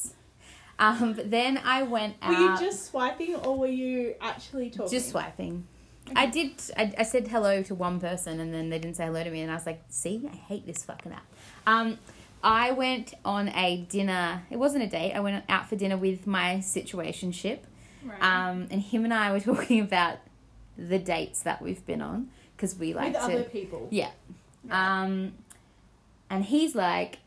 Speaker 2: Um, but then I went out
Speaker 1: Were you just swiping or were you actually talking?
Speaker 2: Ah. just swiping. I did. I, I said hello to one person, and then they didn't say hello to me, and I was like, "See, I hate this fucking app." Um, I went on a dinner. It wasn't a date. I went out for dinner with my situationship,
Speaker 1: Right.
Speaker 2: um, and him and I were talking about the dates that we've been on because we like
Speaker 1: with
Speaker 2: to.
Speaker 1: other people.
Speaker 2: Yeah. Um, and he's like,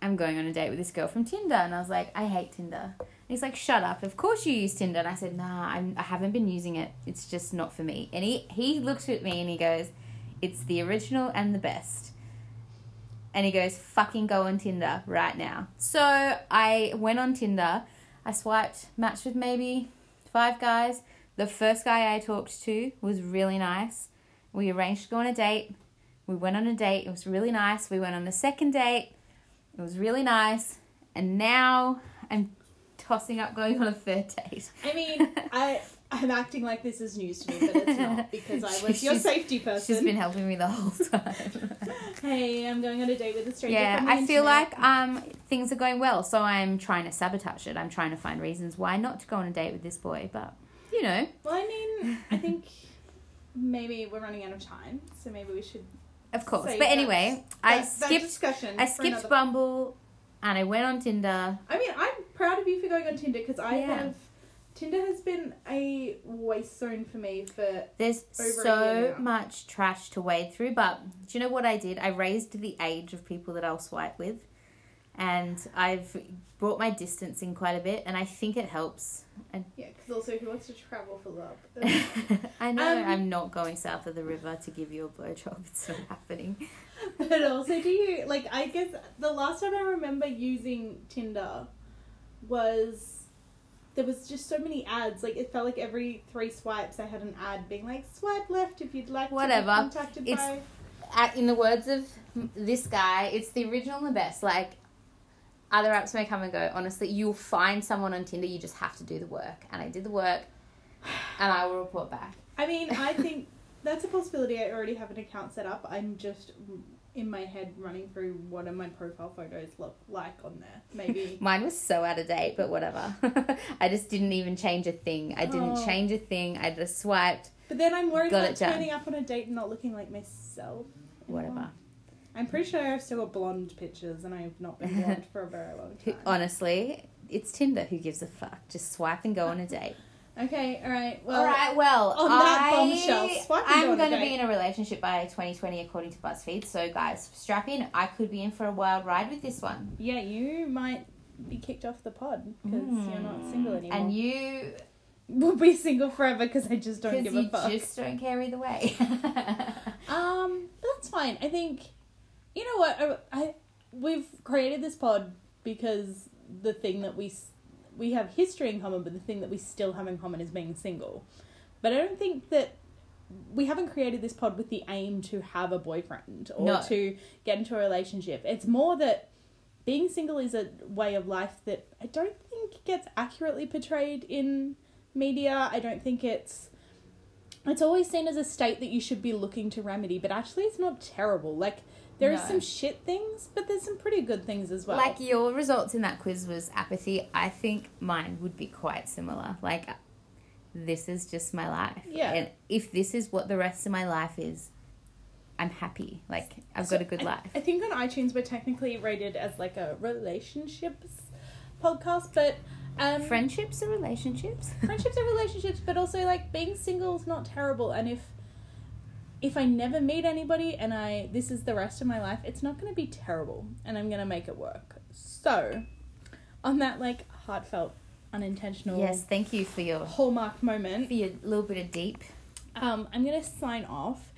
Speaker 2: I'm going on a date with this girl from Tinder. And I was like, I hate Tinder. And he's like, shut up. Of course you use Tinder. And I said, nah, I'm, I haven't been using it. It's just not for me. And he, he looks at me and he goes, it's the original and the best. And he goes, fucking go on Tinder right now. So I went on Tinder. I swiped, matched with maybe five guys. The first guy I talked to was really nice. We arranged to go on a date. We went on a date. It was really nice. We went on a second date. It was really nice. And now I'm tossing up going on a third date.
Speaker 1: I mean, I I'm acting like this is news to me, but it's not because I was your
Speaker 2: She's-
Speaker 1: safety
Speaker 2: She's
Speaker 1: person.
Speaker 2: been helping me the whole time.
Speaker 1: hey, I'm going on a date with a stranger.
Speaker 2: yeah,
Speaker 1: from the
Speaker 2: I feel
Speaker 1: internet.
Speaker 2: like um things are going well, so I'm trying to sabotage it. I'm trying to find reasons why not to go on a date with this boy, but you know.
Speaker 1: Well, I mean, I think maybe we're running out of time, so maybe we should.
Speaker 2: Of course.
Speaker 1: So
Speaker 2: but
Speaker 1: that's-
Speaker 2: anyway, I
Speaker 1: that- that
Speaker 2: skipped
Speaker 1: discussion.
Speaker 2: I
Speaker 1: for
Speaker 2: skipped
Speaker 1: another-
Speaker 2: Bumble and I went on Tinder.
Speaker 1: I mean, I'm proud of you for going on Tinder because I
Speaker 2: Yeah.
Speaker 1: have. Tinder has been a waste zone for me for.
Speaker 2: There's
Speaker 1: Over a year
Speaker 2: so
Speaker 1: now.
Speaker 2: much trash to wade through, but do you know what I did? I raised the age of people that I'll swipe with. And I've brought my distancing quite a bit, and I think it helps.
Speaker 1: Yeah, because also who wants to travel for love? Ugh.
Speaker 2: I know
Speaker 1: Um,
Speaker 2: I'm not going south of the river to give you a blowjob. It's not happening.
Speaker 1: but also, do you like? I guess the last time I remember using Tinder was there was just so many ads. Like it felt like every three swipes I had an ad being like, "Swipe left if you'd like to
Speaker 2: Whatever.
Speaker 1: be contacted
Speaker 2: It's-
Speaker 1: by."
Speaker 2: uh, in the words of this guy, it's the original and the best. Like, other apps may come and go. Honestly, you'll find someone on Tinder. You just have to do the work. And I did the work, and I will report back.
Speaker 1: I mean, I think that's a possibility. I already have an account set up. I'm just in my head running through what do my profile photos look like on there. Maybe.
Speaker 2: Mine was so out of date, but whatever. I just didn't even change a thing. I didn't
Speaker 1: Oh.
Speaker 2: change a thing. I just swiped.
Speaker 1: But then I'm worried
Speaker 2: Got
Speaker 1: about
Speaker 2: it done.
Speaker 1: turning up on a date and not looking like myself. anymore.
Speaker 2: Whatever.
Speaker 1: I'm pretty sure I've still got blonde pictures and I've not been blonde for a very long
Speaker 2: Who,
Speaker 1: time.
Speaker 2: honestly, it's Tinder. Who gives a fuck? Just swipe and go on a date.
Speaker 1: Okay, alright. Well,
Speaker 2: All right, well,
Speaker 1: on that
Speaker 2: I,
Speaker 1: bombshell, swipe and go
Speaker 2: I'm
Speaker 1: on a
Speaker 2: going to
Speaker 1: date.
Speaker 2: be in a relationship by 2020, according to BuzzFeed. So, guys, strap in. I could be in for a wild ride with this one.
Speaker 1: yeah, you might be kicked off the pod because you're not single anymore.
Speaker 2: Mm. Hmm. And you,
Speaker 1: will be single forever because I just don't
Speaker 2: because
Speaker 1: give a
Speaker 2: you
Speaker 1: fuck.
Speaker 2: just don't care either way.
Speaker 1: Um, that's fine. I think, you know what? I, I we've created this pod because the thing that we s- we have history in common, but the thing that we still have in common is being single. But I don't think that we haven't created this pod with the aim to have a boyfriend or
Speaker 2: No.
Speaker 1: to get into a relationship. It's more that being single is a way of life that I don't think gets accurately portrayed in media. I don't think it's it's always seen as a state that you should be looking to remedy, but actually it's not terrible. Like there are
Speaker 2: No.
Speaker 1: some shit things, but there's some pretty good things as well.
Speaker 2: Like your results in that quiz was apathy. I think mine would be quite similar. Like, this is just my life.
Speaker 1: Yeah.
Speaker 2: And if this is what the rest of my life is, I'm happy. Like, I've
Speaker 1: So
Speaker 2: got a good
Speaker 1: I-
Speaker 2: life.
Speaker 1: I think on iTunes we're technically rated as like a relationships podcast, but um
Speaker 2: Friendships and relationships.
Speaker 1: friendships are relationships, but also like being single is not terrible and if if I never meet anybody and I this is the rest of my life, it's not gonna be terrible and I'm gonna make it work. So on that like heartfelt, unintentional
Speaker 2: Yes, thank you for your
Speaker 1: hallmark moment.
Speaker 2: for your little bit of deep.
Speaker 1: Um, I'm going to sign off.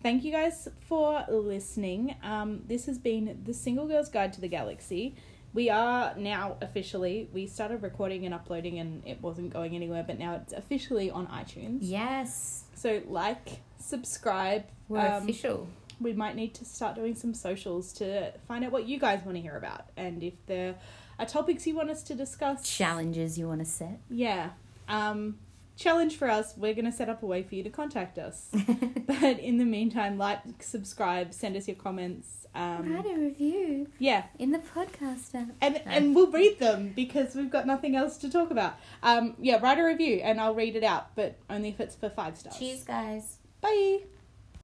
Speaker 1: Thank you guys for listening. Um, this has been the Single Girl's Guide to the Galaxy. We are now officially, we started recording and uploading and it wasn't going anywhere, but now it's officially on iTunes.
Speaker 2: Yes,
Speaker 1: So, like, subscribe.
Speaker 2: we're
Speaker 1: Um,
Speaker 2: official.
Speaker 1: We might need to start doing some socials to find out what you guys want to hear about and if there are topics you want us to discuss.
Speaker 2: Challenges you want to set?
Speaker 1: Yeah. Um, challenge for us. We're going to set up a way for you to contact us. but in the meantime, like, subscribe, send us your comments. Um,
Speaker 2: a review
Speaker 1: yeah.
Speaker 2: in the podcast app.
Speaker 1: And, and we'll read them because we've got nothing else to talk about. Um, yeah, write a review and I'll read it out, but only if it's for five stars.
Speaker 2: Cheers, guys.
Speaker 1: Bye.